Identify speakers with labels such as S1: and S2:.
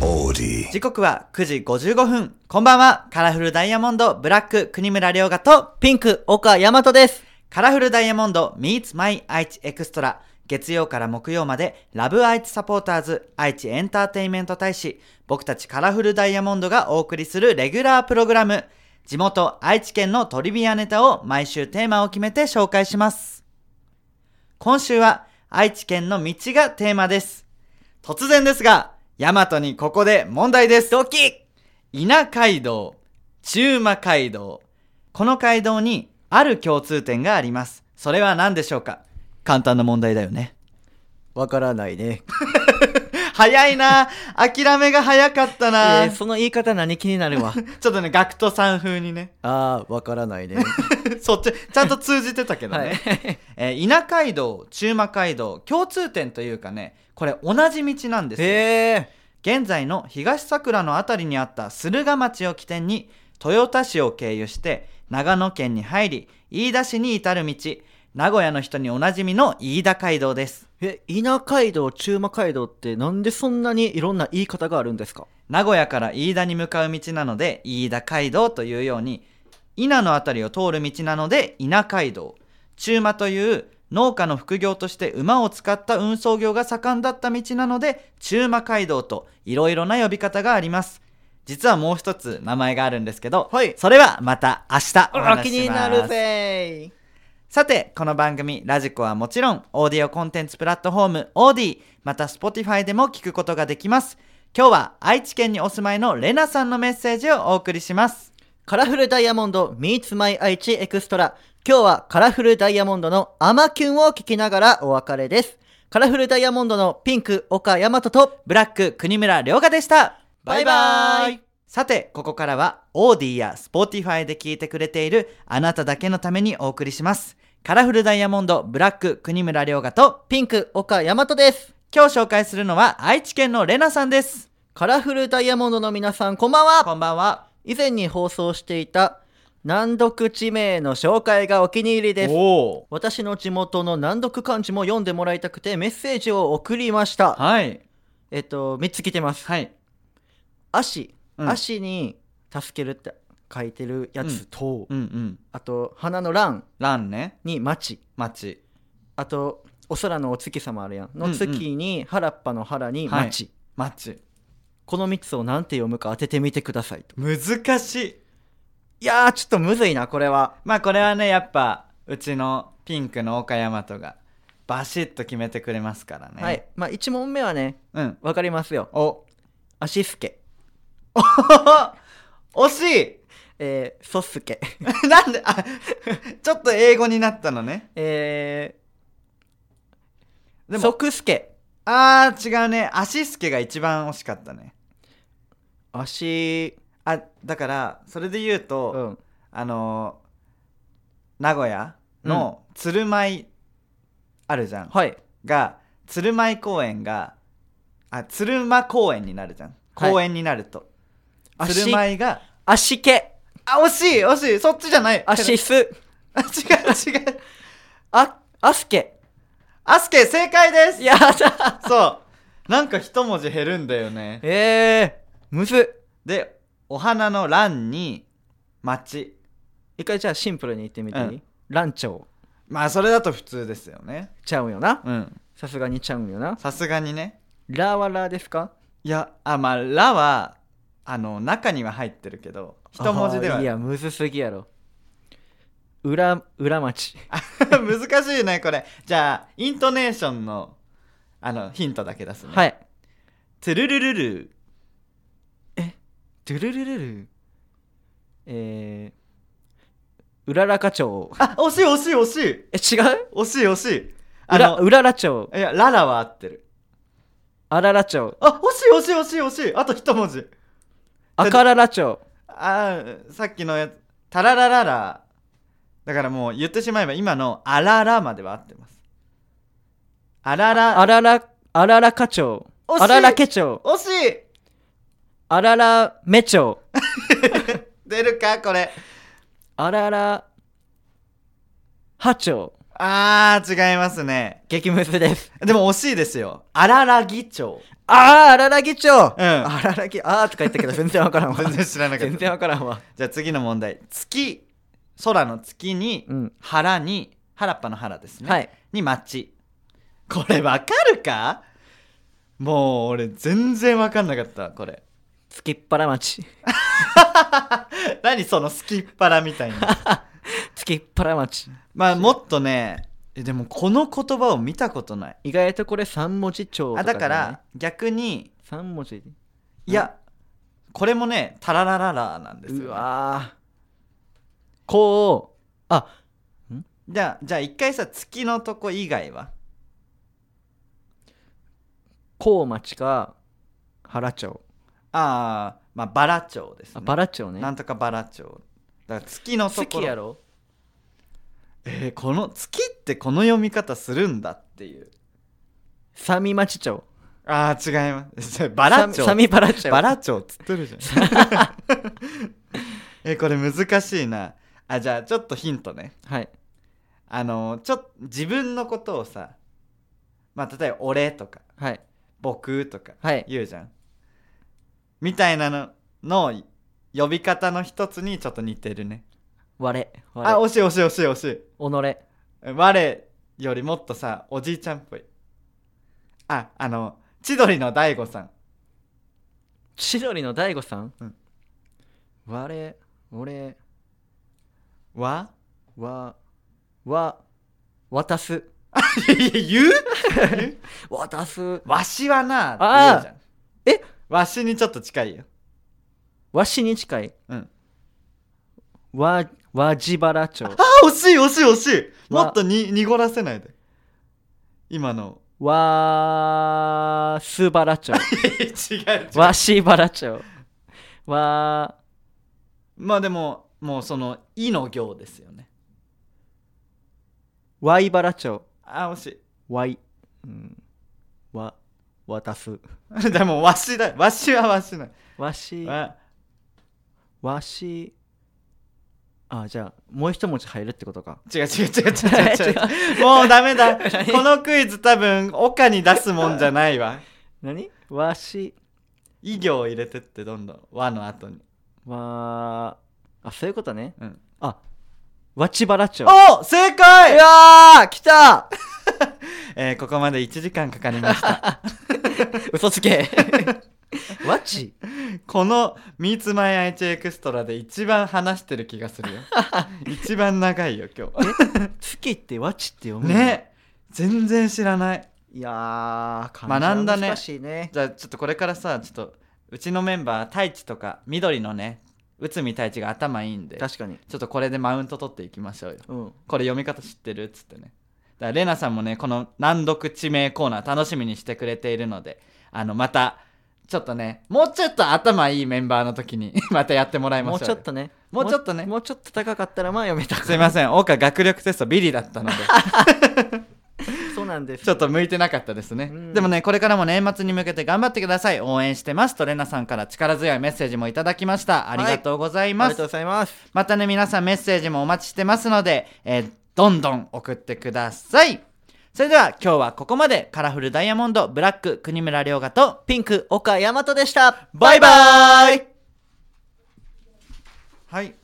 S1: melody.
S2: 時刻は9時55分。こんばんは。カラフルダイヤモンド、ブラック、国村良賀と、
S3: ピンク、岡大和です。
S2: カラフルダイヤモンド meets my 愛知エクストラ。月曜から木曜まで、ラブ愛知サポーターズ、愛知エンターテインメント大使、僕たちカラフルダイヤモンドがお送りするレギュラープログラム。地元愛知県のトリビアネタを毎週テーマを決めて紹介します。今週は愛知県の道がテーマです。突然ですが、ヤマトにここで問題です。ドキ稲街道、中馬街道。この街道にある共通点があります。それは何でしょうか簡単な問題だよね。
S3: わからないね。
S2: 早いな諦めが早かった
S3: え
S2: な、
S3: ーその言い方何気になる わ。
S2: ちょっとね、ガクトさん風にね。
S3: あー、わからないね。
S2: そっち、ちゃんと通じてたけどね。
S3: はい。
S2: えー稲街道、中馬街道、共通点というかね、これ同じ道なんですよ。
S3: え
S2: 現在の東桜の辺りにあった駿河町を起点に豊田市を経由して長野県に入り飯田市に至る道名古屋の人におなじみの飯田街道です
S3: ー、え、稲街道、中馬街道ってなんでそんなにいろんな言い方があるんですか
S2: 名古屋から飯田に向かう道なので飯田街道というように稲の辺りを通る道なので稲街道中馬という農家の副業として馬を使った運送業が盛んだった道なので中馬街道といろいろな呼び方があります実はもう一つ名前があるんですけど、
S3: はい
S2: それはまた明日お
S3: あ
S2: 話
S3: 気
S2: しします
S3: になるぜ
S2: さて、この番組、ラジコはもちろん、オーディオコンテンツプラットフォーム、オーディ、また Spotify でも聞くことができます。今日は愛知県にお住まいのレナさんのメッセージをお送りします。
S3: カラフルダイヤモンド Meets My 愛知エクストラ。今日はカラフルダイヤモンドのアマキュンを聞きながらお別れです。カラフルダイヤモンドのピンク、岡大和と、
S2: ブラック、国村良賀でした。
S3: バイバイ
S2: さて、ここからは、オーディや Spotify で聞いてくれているあなただけのためにお送りします。カラフルダイヤモンド、ブラック、国村良賀と、
S3: ピンク、岡大和です。
S2: 今日紹介するのは愛知県のレナさんです。
S3: カラフルダイヤモンドの皆さ ん、こんばんは。
S2: こんばんは。
S3: 以前に放送していた難読地名の紹介がお気に入りです
S2: お
S3: 私の地元の難読漢字も読んでもらいたくてメッセージを送りました
S2: はい。
S3: えっと3つ来てます
S2: はい。
S3: 足、
S2: うん
S3: 足に助けるって書いてるやつと、
S2: うんうん。
S3: あと花の欄
S2: ランね。
S3: に町
S2: 町
S3: あとお空のお月様あるやん
S2: うん
S3: の
S2: うん
S3: 月に原っぱの原に
S2: はい
S3: 町、
S2: 町
S3: この3つを何て読むか当ててみてくださいと
S2: 難しい
S3: いやーちょっとむずいなこれは
S2: まあこれはねやっぱうちのピンクの岡山とがバシッと決めてくれますからね
S3: はいまあ1問目はね
S2: うん
S3: わかりますよ
S2: お
S3: 足すけ、
S2: 惜し
S3: えー、そす け、
S2: いなんであ ちょっと英語になったのね
S3: えー、
S2: でも
S3: そくすけ、
S2: あー違うね足すけが一番惜しかったね
S3: 足、
S2: あだからそれで言うと、
S3: うん、
S2: あのー名古屋の鶴舞あるじゃん、
S3: はい、
S2: が鶴舞公園があ鶴舞公園になるじゃん
S3: はい
S2: 公園になると、
S3: あ
S2: 鶴舞が
S3: 足け、
S2: あ惜しい惜しいそっちじゃない
S3: 足す、
S2: あ違う違う
S3: あ、あすけ、
S2: あすけ正解です
S3: やだ、
S2: そうなんか一文字減るんだよね
S3: えー、むず、
S2: でお花の欄に町
S3: 一回じゃあシンプルに言ってみていい、
S2: うん
S3: ランチョウ、
S2: まあそれだと普通ですよね
S3: ちゃうよな、
S2: うん
S3: さすがにちゃうよな、
S2: さすがにね
S3: ラはラですか
S2: いやあまあ「ら」はあの中には入ってるけど一文字で
S3: あ
S2: は
S3: ーいや、むずすぎやろ、裏、裏町、
S2: 難しいねこれじゃあイントネーションのあのヒントだけ出すね
S3: はいい、
S2: トゥルルルル
S3: ドゥルルルル、えー、うららか町、
S2: あ惜しい惜しい惜しい
S3: え、違う
S2: 惜しい惜しいうあ
S3: ら、
S2: の
S3: うらら町、
S2: いやララは合ってる
S3: あらら町、
S2: あ惜しい惜しい惜しい惜しいあと一文字
S3: あからら町、
S2: あーさっきのやつタララララだからもう言ってしまえば今のあららまでは合ってますあら
S3: あ
S2: ら
S3: らら、あららか町、
S2: 惜しい
S3: あららけ町、
S2: 惜しい
S3: あららめ町、
S2: 出るかこれ
S3: あらら、は町、
S2: あー、違いますね。
S3: 激ムズです。
S2: でも惜しいですよ。荒らぎ町。
S3: あー、あらら議長、
S2: うん
S3: あららぎ、あーとか言ったけど全然わからんわ。
S2: 全然知らなかった
S3: 全然わからんわ。
S2: じゃあ次の問題。月、空の月に、
S3: うん。
S2: 腹に、原っぱの原ですね。
S3: はい。
S2: に町。これわかるかもう俺全然わかんなかった、これ。
S3: つきっぱら町。
S2: 何そのすきっ腹みたい な。
S3: つきっぱら町。
S2: まあもっとね、えでもこの言葉を見たことない。
S3: 意外とこれ三文字帳と
S2: あ
S3: か、ね。
S2: だから。逆に
S3: 三文字。
S2: いや、これもねタララララなんですよ、ね、
S3: うわー。こう、あ、
S2: じゃあじゃあ一回さ月のとこ以外は
S3: こう町か、原町。
S2: ああまあバラ町です
S3: あ、
S2: ね
S3: バラ町ね。
S2: なんとかバラ町だから月のと
S3: 好
S2: こ
S3: き
S2: ろ
S3: やろ
S2: えーこの月ってこの読み方するんだっていう
S3: 三味町町。
S2: ああ違います バラ町
S3: 三味バラ町。
S2: バラ町っつってる じゃん えーこれ難しいなあじゃあちょっとヒントね
S3: はい。
S2: あのちょっと自分のことをさまあ例えば「俺」とか
S3: はい。
S2: 「僕」とか
S3: はい。
S2: 言うじゃんみたいなのの呼び方の一つにちょっと似てるね
S3: 我。我。
S2: あ惜しい惜しい惜しい惜し
S3: 己。
S2: い我よりもっとさおじいちゃんっぽいああの千鳥の大悟さん
S3: 千鳥の大悟さん、
S2: うん
S3: 我俺
S2: は
S3: はは渡す
S2: 言う
S3: 渡す
S2: わしはなって言うじゃん
S3: え
S2: わしにちょっと近いよ
S3: わしに近い
S2: うん
S3: わわじばら町
S2: あ惜しい惜しい惜しいも
S3: わ
S2: っとに濁らせないで今の
S3: わすばら町
S2: 違う
S3: わしばら町わ
S2: まあでももうその「い」の行ですよね
S3: わいばら町
S2: あ惜しい
S3: わい、うん、わ渡す
S2: でもわしだわしはわしない
S3: わし
S2: わ
S3: わしあじゃあもう一文字入るってことか
S2: 違う違う違う違 う違う違うもうダメだこのクイズ多分岡に出すもんじゃないわ
S3: 何わし
S2: 異行を入れてってどんどん和の後に
S3: わーあそういうことね
S2: うん
S3: あわちばら町
S2: お正解
S3: わー来た
S2: えーここまで1時間かかりました
S3: 嘘つけわち
S2: この「ミーツマイアイチエクストラ」で一番話してる気がするよ 一番長いよ今
S3: 月ってわちって
S2: 日
S3: 読むの
S2: ね全然知らない
S3: いやー
S2: 学んだね
S3: 難しいね
S2: じゃあちょっとこれからさちょっとうちのメンバー太一とか緑のね内海太一が頭いいんで
S3: 確かに
S2: ちょっとこれでマウント取っていきましょうよ
S3: うん
S2: これ読み方知ってるっつってねだからレナさんもねこの難読地名コーナー楽しみにしてくれているのであのまたちょっとねもうちょっと頭いいメンバーの時に またやってもらいまし
S3: も
S2: ょう
S3: うちょっとね
S2: もうちょっとね
S3: もうちょっと高かったらまあ読めた
S2: すいません岡学力テストビリだった ので
S3: そうなんです
S2: ちょっと向いてなかったですね
S3: うん
S2: でもねこれからも年末に向けて頑張ってください応援してますとレナさんから力強いメッセージもいただきましたありがとうござい
S3: あり
S2: ま
S3: が
S2: す
S3: とうございます
S2: またね、皆さんメッセージもお待ちしてますので、えーどんどん送ってください。それでは今日はここまでカラフルダイヤモンドブラック国村良賀と
S3: ピンク岡大和でした
S2: バイバーイはい。